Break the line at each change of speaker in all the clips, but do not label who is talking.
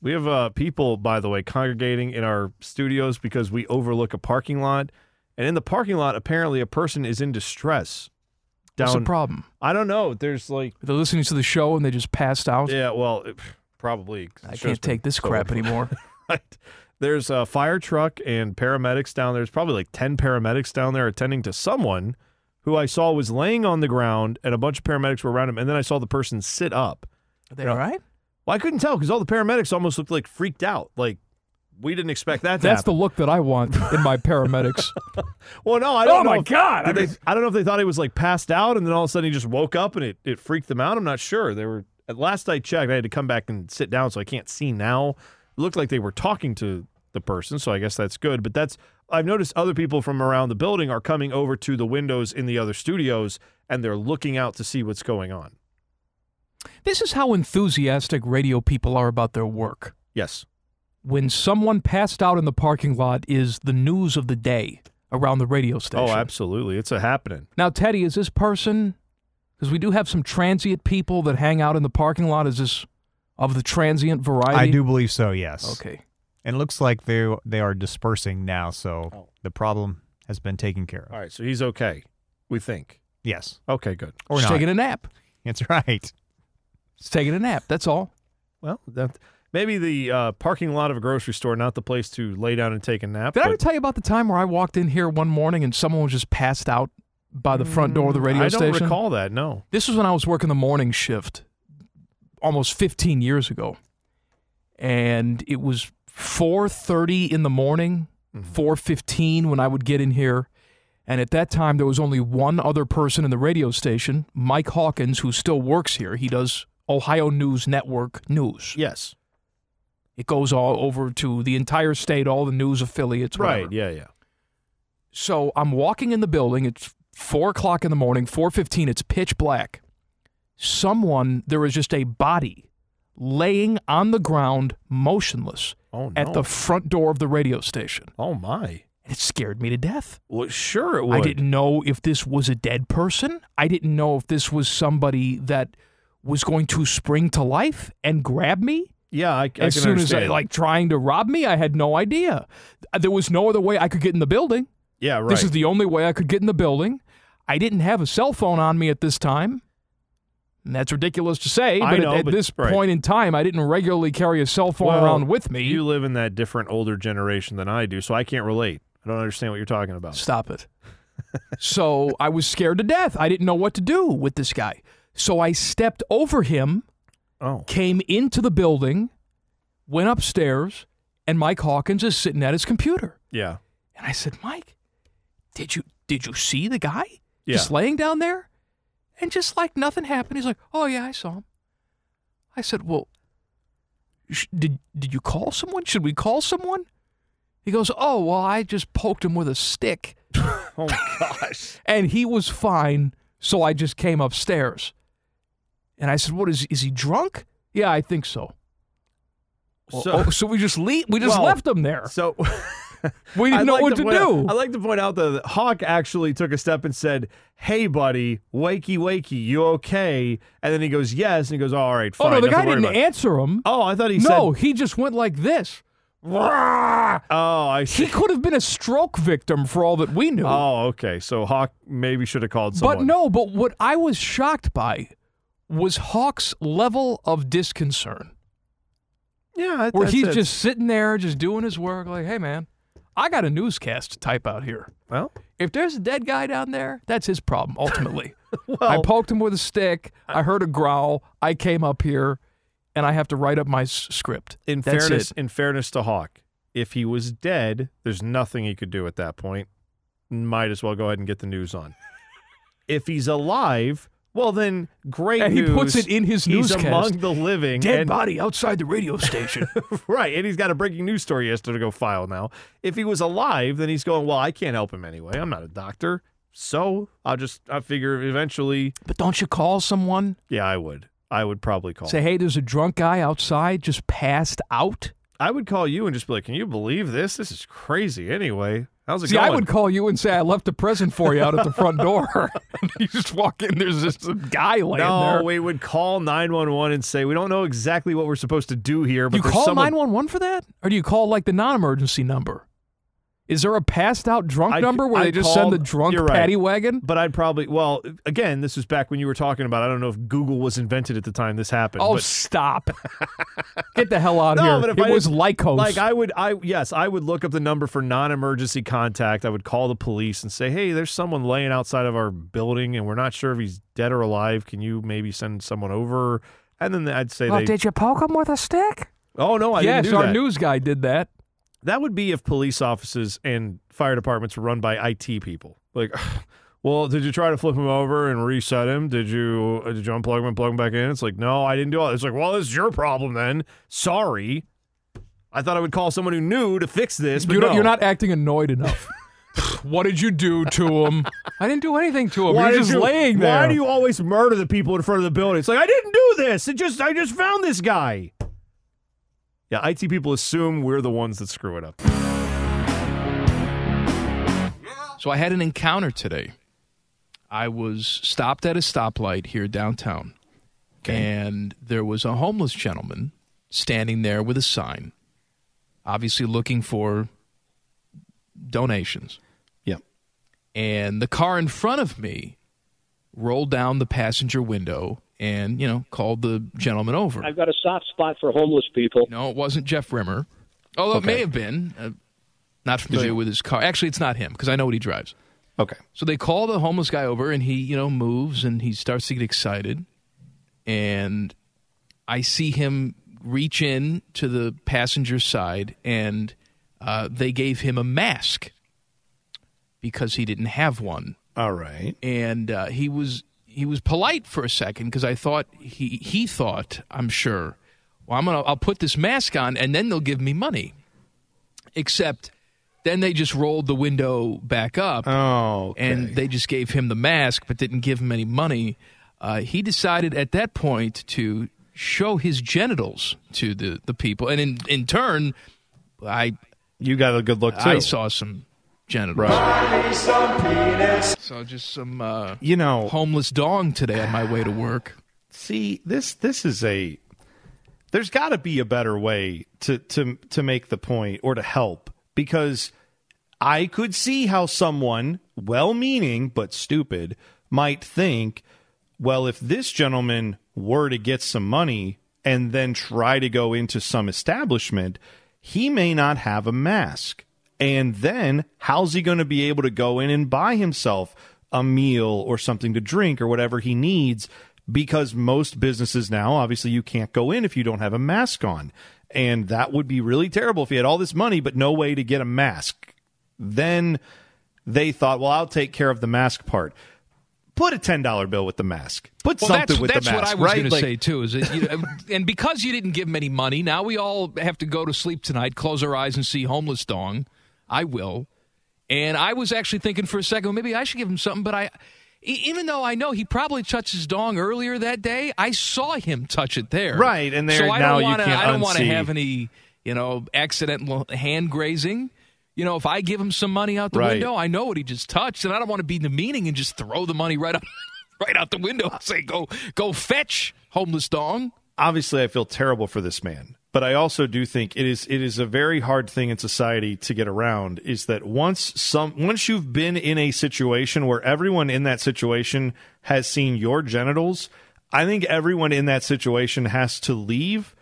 We have uh, people, by the way, congregating in our studios because we overlook a parking lot. And in the parking lot, apparently a person is in distress. Down,
What's the problem?
I don't know. There's like,
They're listening to the show and they just passed out.
yeah, well, it- probably.
I
Show's
can't
been
take this
so
crap anymore.
Right. There's a fire truck and paramedics down there. There's probably like 10 paramedics down there attending to someone who I saw was laying on the ground and a bunch of paramedics were around him. And then I saw the person sit up.
Are they all right?
Well, I couldn't tell because all the paramedics almost looked like freaked out. Like, we didn't expect that to
That's the
happen.
look that I want in my paramedics.
well, no, I don't
Oh,
know
my
if-
God! I
did they-
mean-
I don't know if they thought he was like passed out and then all of a sudden he just woke up and it, it freaked them out. I'm not sure. They were, at last I checked, I had to come back and sit down so I can't see now. It looked like they were talking to the person, so I guess that's good. But that's, I've noticed other people from around the building are coming over to the windows in the other studios and they're looking out to see what's going on.
this is how enthusiastic radio people are about their work.
Yes.
When someone passed out in the parking lot is the news of the day around the radio station.
Oh, absolutely. It's a happening.
Now, Teddy, is this person, because we do have some transient people that hang out in the parking lot, is this of the transient variety?
I do believe so. Yes.
Okay.
And it looks like they they are dispersing now, so the problem has been taken care of.
All right. So he's okay, we think.
Yes.
Okay, good.
Or
Just
not.
taking a nap.
That's right.
It's taking a nap. That's all.
Well, that maybe the uh, parking lot of a grocery store, not the place to lay down and take a nap.
Did I
but
ever tell you about the time where I walked in here one morning and someone was just passed out by the front door of the radio
Mm, I don't
station?
recall that. No.
This was when I was working the morning shift almost 15 years ago. And it was 4:30 in the morning,
Mm-hmm.
4:15 when I would get in here. And at that time there was only one other person in the radio station, Mike Hawkins, who still works here. He does Ohio News Network news.
Yes.
It goes all over to the entire state, all the news affiliates, whatever.
Right. Yeah. Yeah.
So I'm walking in the building. It's four o'clock in the morning, four fifteen. It's pitch black. Someone, there is just a body laying on the ground, motionless,
Oh no.
at the front door of the radio station,
oh my.
and it scared me to death.
Well, sure it would.
I didn't know if this was a dead person. I didn't know if this was somebody that was going to spring to life and grab me
Yeah. I, I
as
can
soon as
understand.
I, like trying to rob me. I had no idea. There was no other way I could get in the building.
Yeah. Right.
This is the only way I could get in the building. I didn't have a cell phone on me at this time. And that's ridiculous to say,
I
but
know,
at, at
but-
this
right.
point in time, I didn't regularly carry a cell phone
Well,
around with me.
You live in that different older generation than I do, so I can't relate. I don't understand what you're talking about.
Stop it. so I was scared to death. I didn't know what to do with this guy. So I stepped over him,
Oh.
came into the building, went upstairs, and Mike Hawkins is sitting at his computer.
Yeah.
And I said, Mike, did you did you see the guy
Yeah.
just laying down there? And just like nothing happened, he's like, "Oh yeah, I saw him." I said, "Well, sh- did did you call someone? Should we call someone?" He goes, "Oh well, I just poked him with a stick,
Oh my gosh.
and he was fine. So I just came upstairs." And I said, "What is is he drunk?" Yeah, I think so. So,
So-
oh, so we just le- we just
Well,
left him there.
So.
We didn't
I'd
know
like
what to,
point
do.
out- I like to point out though that Hawk actually took a step and said, "Hey, buddy, wakey, wakey, you okay?" And then he goes, "Yes," and he goes, "All right,
oh
fine."
no, the
nothing
guy
to worry
didn't
about."
answer him.
Oh, I thought he
no,
said.
he just went like this.
Oh, I
He
see.
could have been a stroke victim for all that we knew.
Oh, okay. So Hawk maybe should have called someone.
but no, but what I was shocked by was Hawk's level of disconcern.
yeah, that-
Where
that's
he's
it.
just sitting there, just doing his work, like, hey man, I got a newscast to type out here.
well,
If there's a dead guy down there, that's his problem, ultimately. I
well,
poked him with a stick, I heard a growl, I came up here, and I have to write up my s- script.
in
That's
fairness,
it.
in fairness to Hawk, if he was dead, there's nothing he could do at that point. Might as well go ahead and get the news on. if he's alive,
Well, then great
And he
news.
puts it in his
He's
newscast.
among the living.
Dead
and-
body outside the radio station.
Right, and he's got a breaking news story he has to go file now. If he was alive, then he's going, well, I can't help him anyway. I'm not a doctor. So I'll just, I figure eventually,
but don't you call someone?
yeah, I would. I would probably call.
Say, hey, there's a drunk guy outside just passed out.
I would call you and just be like, can you believe this? This is crazy anyway. How's it
See,
going?
I would call you and say I left a present for you out at the front door. you just walk in, there's just some guy laying
no,
there.
we would call 911 and say, we don't know exactly what we're supposed to do here, but
you
there's
call
someone-
911 for that? Or do you call like the non emergency number? Is there a passed out drunk
I'd-
number where they
I'd
just
call-
send the drunk
you're right.
paddy wagon?
But I'd probably, well, again, this was back when you were talking about, I don't know if Google was invented at the time this happened.
Oh,
but-
stop. Get the hell out of
No,
here.
but if I
it was
didn't-
Lycos.
Like I would, I yes, I would look up the number for non-emergency contact. I would call the police and say, "Hey, there's someone laying outside of our building, and we're not sure if he's dead or alive. Can you maybe send someone over?" And then I'd say, they,
you poke him with a stick?
"Oh no, I
Oh, yes,
didn't do
our
that."
news guy did that.
that would be if police offices and fire departments were run by IT people. Like, well, did you try to flip him over and reset him? Did you uh, did you unplug him and plug him back in? It's like, no, I didn't do all. That. It's like, well, it's your problem then. Sorry. I thought I would call someone who knew to fix this, but
You
no.
don't, you're not acting annoyed enough. what did you do to him? I didn't do anything to him.
did
You're just
you-
laying there.
Why do you always murder the people in front of the building? It's like I didn't do this. It just I just found this guy. Yeah, IT people assume we're the ones that screw it up.
So I had an encounter today. I was stopped at a stoplight here downtown, and there was a homeless gentleman standing there with a sign, obviously looking for donations.
Yep.
And the car in front of me rolled down the passenger window and, you know, called the gentleman over.
I've got a soft spot for homeless people.
No, it wasn't Jeff Rimmer. Although it may have been. Uh, not familiar with his car. Actually, it's not him because I know what he drives.
Okay.
So they call the homeless guy over, and he, you know, moves and he starts to get excited. And I see him reach in to the passenger side, and uh, they gave him a mask because he didn't have one
All right.
and uh, he was he was polite for a second because I thought he he thought I'm sure, well I'm gonna I'll put this mask on and then they'll give me money, except then they just rolled the window back up
Oh, okay.
and they just gave him the mask but didn't give him any money. Uh, he decided at that point to show his genitals to the the people and in in turn, I
you got a good look too.
I saw some genitals. So just some. Uh,
You know,
homeless dong today on my way to work.
see this this is a there's got to be a better way to to to make the point or to help because I could see how someone well-meaning but stupid might think well if this gentleman were to get some money and then try to go into some establishment he may not have a mask and then how's he going to be able to go in and buy himself a meal or something to drink or whatever he needs because most businesses now obviously you can't go in if you don't have a mask on and that would be really terrible if you had all this money but no way to get a mask then they thought well i'll take care of the mask part put a $10 bill with the mask put
Well,
something
that's,
with
that's
the mask
what I was
right?
going
Like,
to say too. Is that you, uh, and because you didn't give him any money, now we all have to go to sleep tonight, close our eyes, and see homeless dong. I will. And I was actually thinking for a second, well, maybe I should give him something. But I, e- even though I know he probably touched his dong earlier that day, I saw him touch it there.
Right, and there-
so I
now
don't
you
wanna,
can't
I don't want to
unsee.
have any, you know, accidental hand grazing. You know, if I give him some money out the
Right.
window, I know what he just touched, and I don't want to be demeaning and just throw the money right out, right out the window. and say, "Go, go, fetch homeless dong."
obviously I feel terrible for this man, but I also do think it is it is a very hard thing in society to get around is that once some once you've been in a situation where everyone in that situation has seen your genitals, I think everyone in that situation has to leave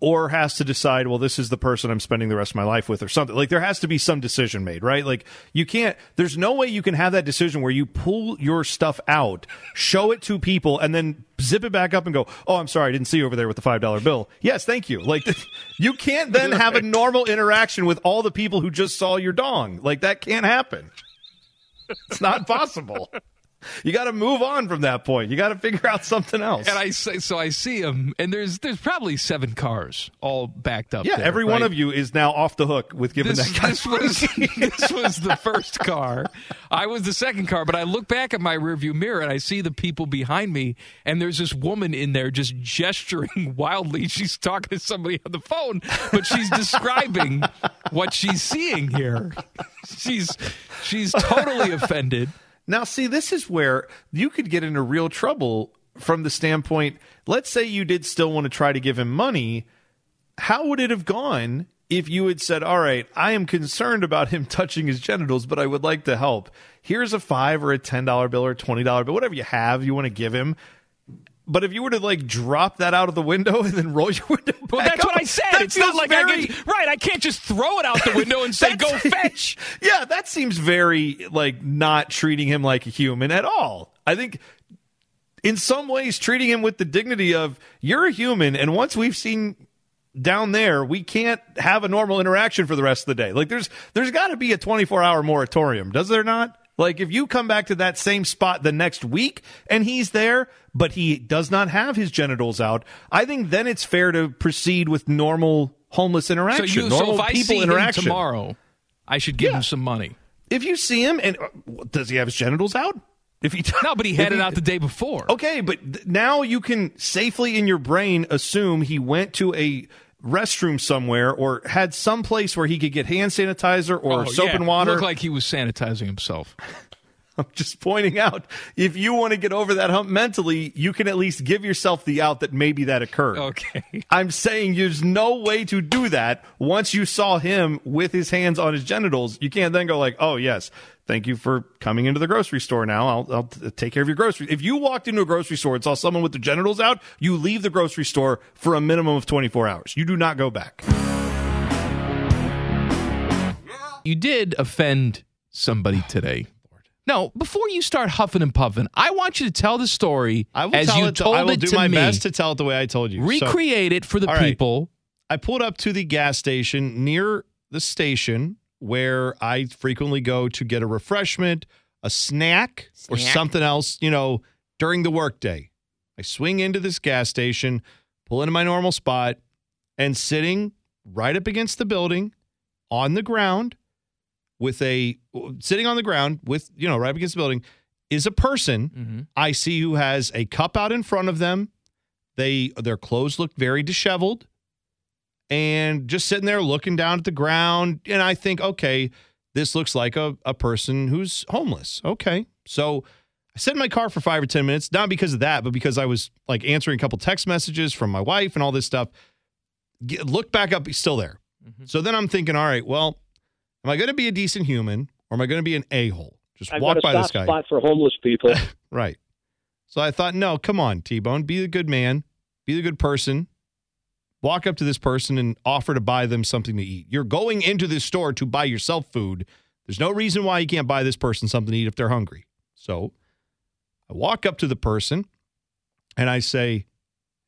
or has to decide, well, this is the person I'm spending the rest of my life with or something. Like there has to be some decision made, right? Like you can't there's no way you can have that decision where you pull your stuff out, show it to people, and then zip it back up and go, Oh, I'm sorry, I didn't see you over there with the five dollar bill. Yes, thank you. Like you can't then have a normal interaction with all the people who just saw your dong. Like that can't happen. It's not possible.
You got to move on from that point. You got to figure out something else.
And I say, so I see him, and there's there's probably seven cars all backed up.
yeah,
there,
every one
right?
of you is now off the hook with giving
This,
that guy.
this was this was the first car. I was the second car, but I look back at my rearview mirror and I see the people behind me, and there's this woman in there just gesturing wildly. She's talking to somebody on the phone, but she's describing what she's seeing here. She's she's totally offended.
Now, see, this is where you could get into real trouble from the standpoint. Let's say you did still want to try to give him money. How would it have gone if you had said, All right, I am concerned about him touching his genitals, but I would like to help. Here's a five or a $10 bill or a $20 bill, whatever you have you want to give him. But if you were to like drop that out of the window and then roll your window back
Well, that's
up,
what I said.
that
It's not
feels
like I
very-
can, right. I can't just throw it out the window and say, "Go
That's-
fetch."
yeah, that seems very like not treating him like a human at all. I think in some ways treating him with the dignity of you're a human and once we've seen down there we can't have a normal interaction for the rest of the day. Like there's there's got to be a 24-hour moratorium, does there not? Like if you come back to that same spot the next week and he's there but he does not have his genitals out, I think then it's fair to proceed with normal homeless
So
interaction,
you,
normal
so if I
people
see him
interaction
tomorrow, I should give him some money.
if you see him and does he have his genitals out? If he
No, but he had
if
it out the day before.
Oh,
Okay, but th- now you can safely in your brain assume he went to a restroom somewhere or had some place where he could get hand sanitizer or
Oh,
soap
yeah.
and water.
Looked like he was sanitizing himself.
I'm just pointing out if you want to get over that hump mentally, you can at least give yourself the out that maybe that occurred.
Okay.
I'm saying there's no way to do that once you saw him with his hands on his genitals. You can't then go like, "Oh yes, thank you for coming into the grocery store. Now I'll, I'll t- take care of your groceries." If you walked into a grocery store and saw someone with their genitals out, you leave the grocery store for a minimum of 24 hours. You do not go back.
You did offend somebody today. No, before you start huffing and puffing, I want you to tell the story as you told
I will
it
do
to
my
me.
best to tell it the way I told you. So,
Recreate it for the
All right.
people.
I pulled up to the gas station near the station where I frequently go to get a refreshment, a snack, or
Snack.
something else, you know, during the workday. I swing into this gas station, pull into my normal spot, and sitting right up against the building on the ground with a sitting on the ground with, you know, right up against the building is a person I see who has a cup out in front of them. They their clothes look very disheveled and just sitting there looking down at the ground and I think, okay, this looks like a, a person who's homeless. Okay. So I sat in my car for five or ten minutes, not because of that, but because I was like answering a couple text messages from my wife and all this stuff. Get, look back up, he's still there. So then I'm thinking, all right, well, am I gonna be a decent human or am I gonna be an a-hole? Just
I've
walk
got a
by
soft
this guy.
spot for homeless people.
Right. So I thought, no, come on, T Bone, be the good man, be the good person. Walk up to this person and offer to buy them something to eat. You're going into this store to buy yourself food. There's no reason why you can't buy this person something to eat if they're hungry. So I walk up to the person and I say,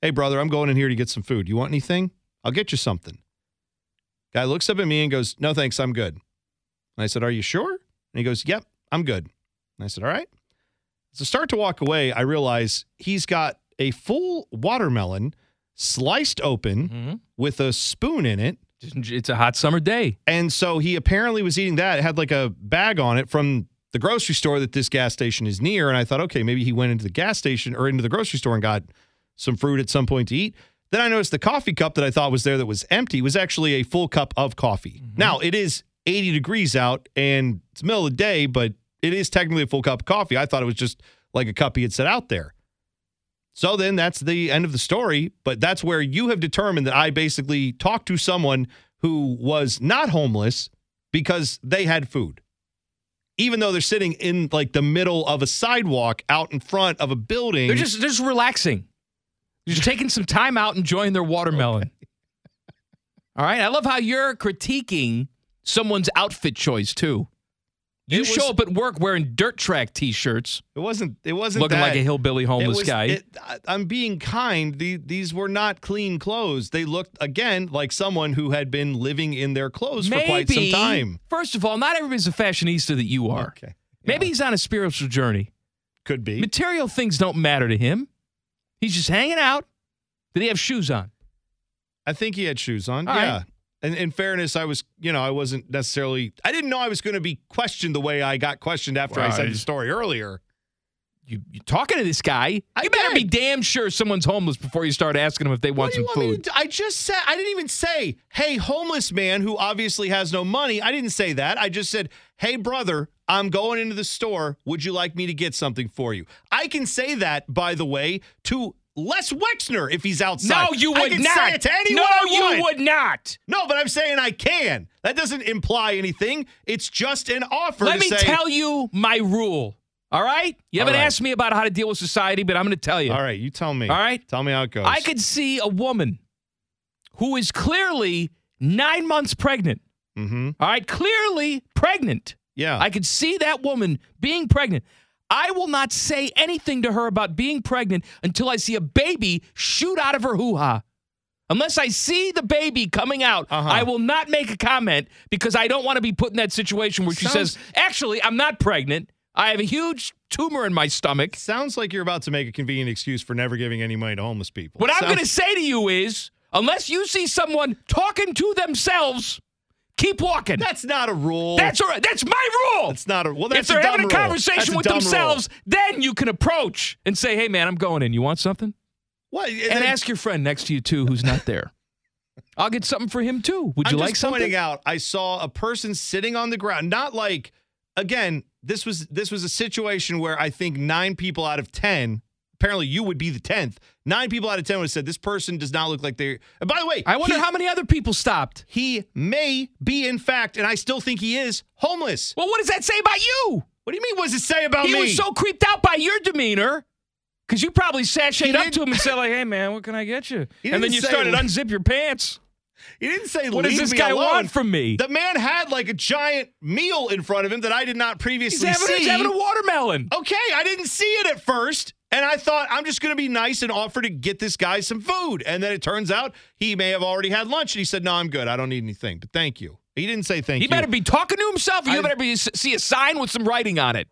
Hey, brother, I'm going in here to get some food. You want anything? I'll get you something. Guy looks up at me and goes, No, thanks, I'm good. And I said, Are you sure? And he goes, Yep, I'm good. And I said, All right. As I start to walk away, I realize he's got a full watermelon sliced open
Mm-hmm.
with a spoon in it.
It's a hot summer day.
And so he apparently was eating that. It had like a bag on it from the grocery store that this gas station is near. And I thought, okay, maybe he went into the gas station or into the grocery store and got some fruit at some point to eat. Then I noticed the coffee cup that I thought was there that was empty was actually a full cup of coffee.
Mm-hmm.
Now it is 80 degrees out and it's the middle of the day, but it is technically a full cup of coffee. I thought it was just like a cup he had set out there. So then that's the end of the story, but that's where you have determined that I basically talked to someone who was not homeless because they had food. Even though they're sitting in like the middle of a sidewalk out in front of a building.
They're just they're just relaxing. They're just taking some time out, enjoying their watermelon. All right. I love how you're critiquing someone's outfit choice too. You
It was-
show up at work wearing dirt track t-shirts,
it wasn't it wasn't
looking
that.
like a hillbilly
It
homeless
was-
guy.
it- I, I'm being kind. The, these were not clean clothes. They looked again like someone who had been living in their clothes for quite some time.
First of all, not everybody's a fashionista that you are.
Okay.
Maybe he's on a spiritual journey.
Could be.
Material things don't matter to him. He's just hanging out. Did he have shoes on?
I think he had shoes on.
All
yeah.
right.
And in fairness, I was, you know, I wasn't necessarily, I didn't know I was going to be questioned the way I got questioned after I said the
Right.
story earlier.
You you talking to this guy?
I
you better be
did.
damn sure someone's homeless before you start asking them if they
What
want
do
some
you want me to
food.
do? I just said, I didn't even say, hey, homeless man who obviously has no money. I didn't say that. I just said, hey, brother, I'm going into the store. Would you like me to get something for you? I can say that, by the way, to Les Wexner if he's outside.
No, you
I
would
can
not.
Say it to anyone
no,
I
you would not.
No, but I'm saying I can. That doesn't imply anything. It's just an offer. to
Let me
say,
tell you my rule. All right? You
All
haven't
right.
asked me about how to deal with society, but I'm going to tell you.
All right, you tell me.
All right.
tell me how it goes.
I could see a woman who is clearly nine months pregnant.
Mm-hmm.
All right, clearly pregnant.
Yeah.
I could see that woman being pregnant. I will not say anything to her about being pregnant until I see a baby shoot out of her hoo ha. Unless I see the baby coming out,
Uh-huh.
I will not make a comment because I don't want to be put in that situation where she
Sounds-
says, Actually, I'm not pregnant. I have a huge tumor in my stomach.
Sounds like you're about to make a convenient excuse for never giving any money to homeless people.
What I'm
Sounds-
going to say to you is unless you see someone talking to themselves, keep walking.
That's not a rule.
That's all right. That's my rule.
That's not a well. That's
if they're
a dumb
having a
rule. That's
conversation
a
with
dumb rule.
themselves, then you can approach and say, "Hey, man, I'm going in. You want something?"
What? And,
And
then-
ask your friend next to you too, who's not there. I'll get something for him too. Would
I'm
you
just
like something?
Pointing out, I saw a person sitting on the ground. Not like again. This was this was a situation where I think nine people out of ten. Apparently, you would be the tenth. Nine people out of ten would have said this person does not look like they. And by the way,
I wonder
he-
how many other people stopped.
he may be, in fact, and I still think he is homeless.
Well, what does that say about you?
What do you mean? What does it say about
he
me?
was so creeped out by your demeanor. Because you probably
He
sashayed up
didn't-
to him and said, like, hey, man, what can I get you?
He
And then
didn't
you
say-
started to unzip your pants.
he didn't say.
What does
"Leave
this
me
guy
alone."
want from me?
The man had like a giant meal in front of him that I did not
he's,
previously
having,
see.
he's having a watermelon.
okay, I didn't see it at first. And I thought I'm just going to be nice and offer to get this guy some food. And then it turns out he may have already had lunch. And he said, No, I'm good. I don't need anything. But thank you. He didn't say thank
He
you.
better be talking to himself, or you
I-
better be see a sign with some writing on it.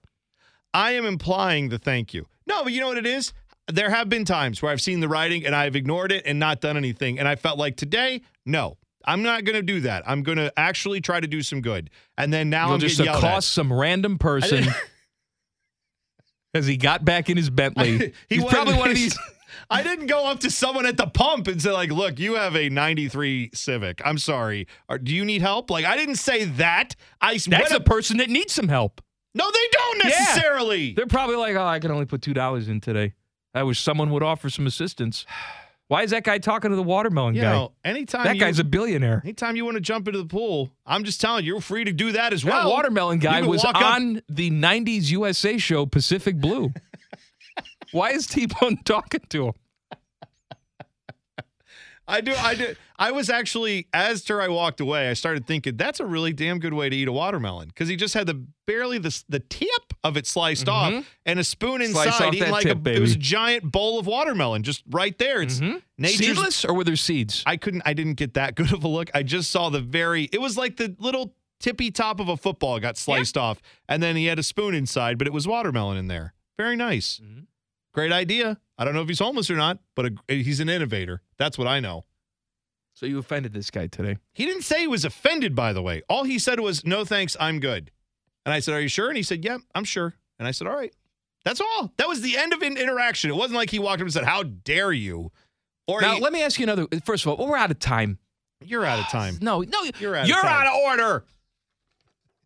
I am implying the thank you. No, but you know what it is? There have been times where I've seen the writing and I've ignored it and not done anything. And I felt like today, no, I'm not going to do that. I'm going to actually try to do some good. And then now
You'll
I'm
just
getting yelled
accost some random person as he got back in his Bentley.
at.
He's
went-
probably one of these.
I didn't go up to someone at the pump and say like, "Look, you have a '93 Civic. I'm sorry. Or, do you need help?" Like, I didn't say that. I
That's
went
a
up-
person that needs some help.
no. They don't
Yeah.
necessarily.
They're probably like, oh, I can only put two dollars in today. I wish someone would offer some assistance. Why is that guy talking to the watermelon
you
guy?
know, anytime
that
you,
guy's a billionaire.
Anytime you want to jump into the pool, I'm just telling you, you're free to do that as well.
that watermelon guy
You can
was
walk up-
on the '90s USA show Pacific Blue. Why is T Bone talking to him?
I do. I do. I was actually, as to I walked away, I started thinking that's a really damn good way to eat a watermelon because he just had the barely the s- the tip of it sliced off and a spoon
Mm-hmm. Slice off
inside, eating
that
like
tip,
a, it was a
baby. Mm-hmm.
giant bowl of watermelon just right there. It's nature's.
Seedless or were there seeds?
I couldn't. I didn't get that good of a look. I just saw the very. It was like the little tippy top of a football got sliced off, and then he had a spoon inside, but it was watermelon in there. Very nice.
Mm-hmm.
Great idea. I don't know if he's homeless or not, but a, he's an innovator. That's what I know.
So you offended this guy today.
He didn't say he was offended, by the way. All he said was, no thanks, I'm good. And I said, Are you sure? And he said, Yeah, I'm sure. And I said, All right. That's all. That was the end of an interaction. It wasn't like he walked up and said, How dare you? Or
Now
he-
let me ask you another. First of all, we're out of time.
you're out of time.
No, no,
You're out of
you're
time.
out of order.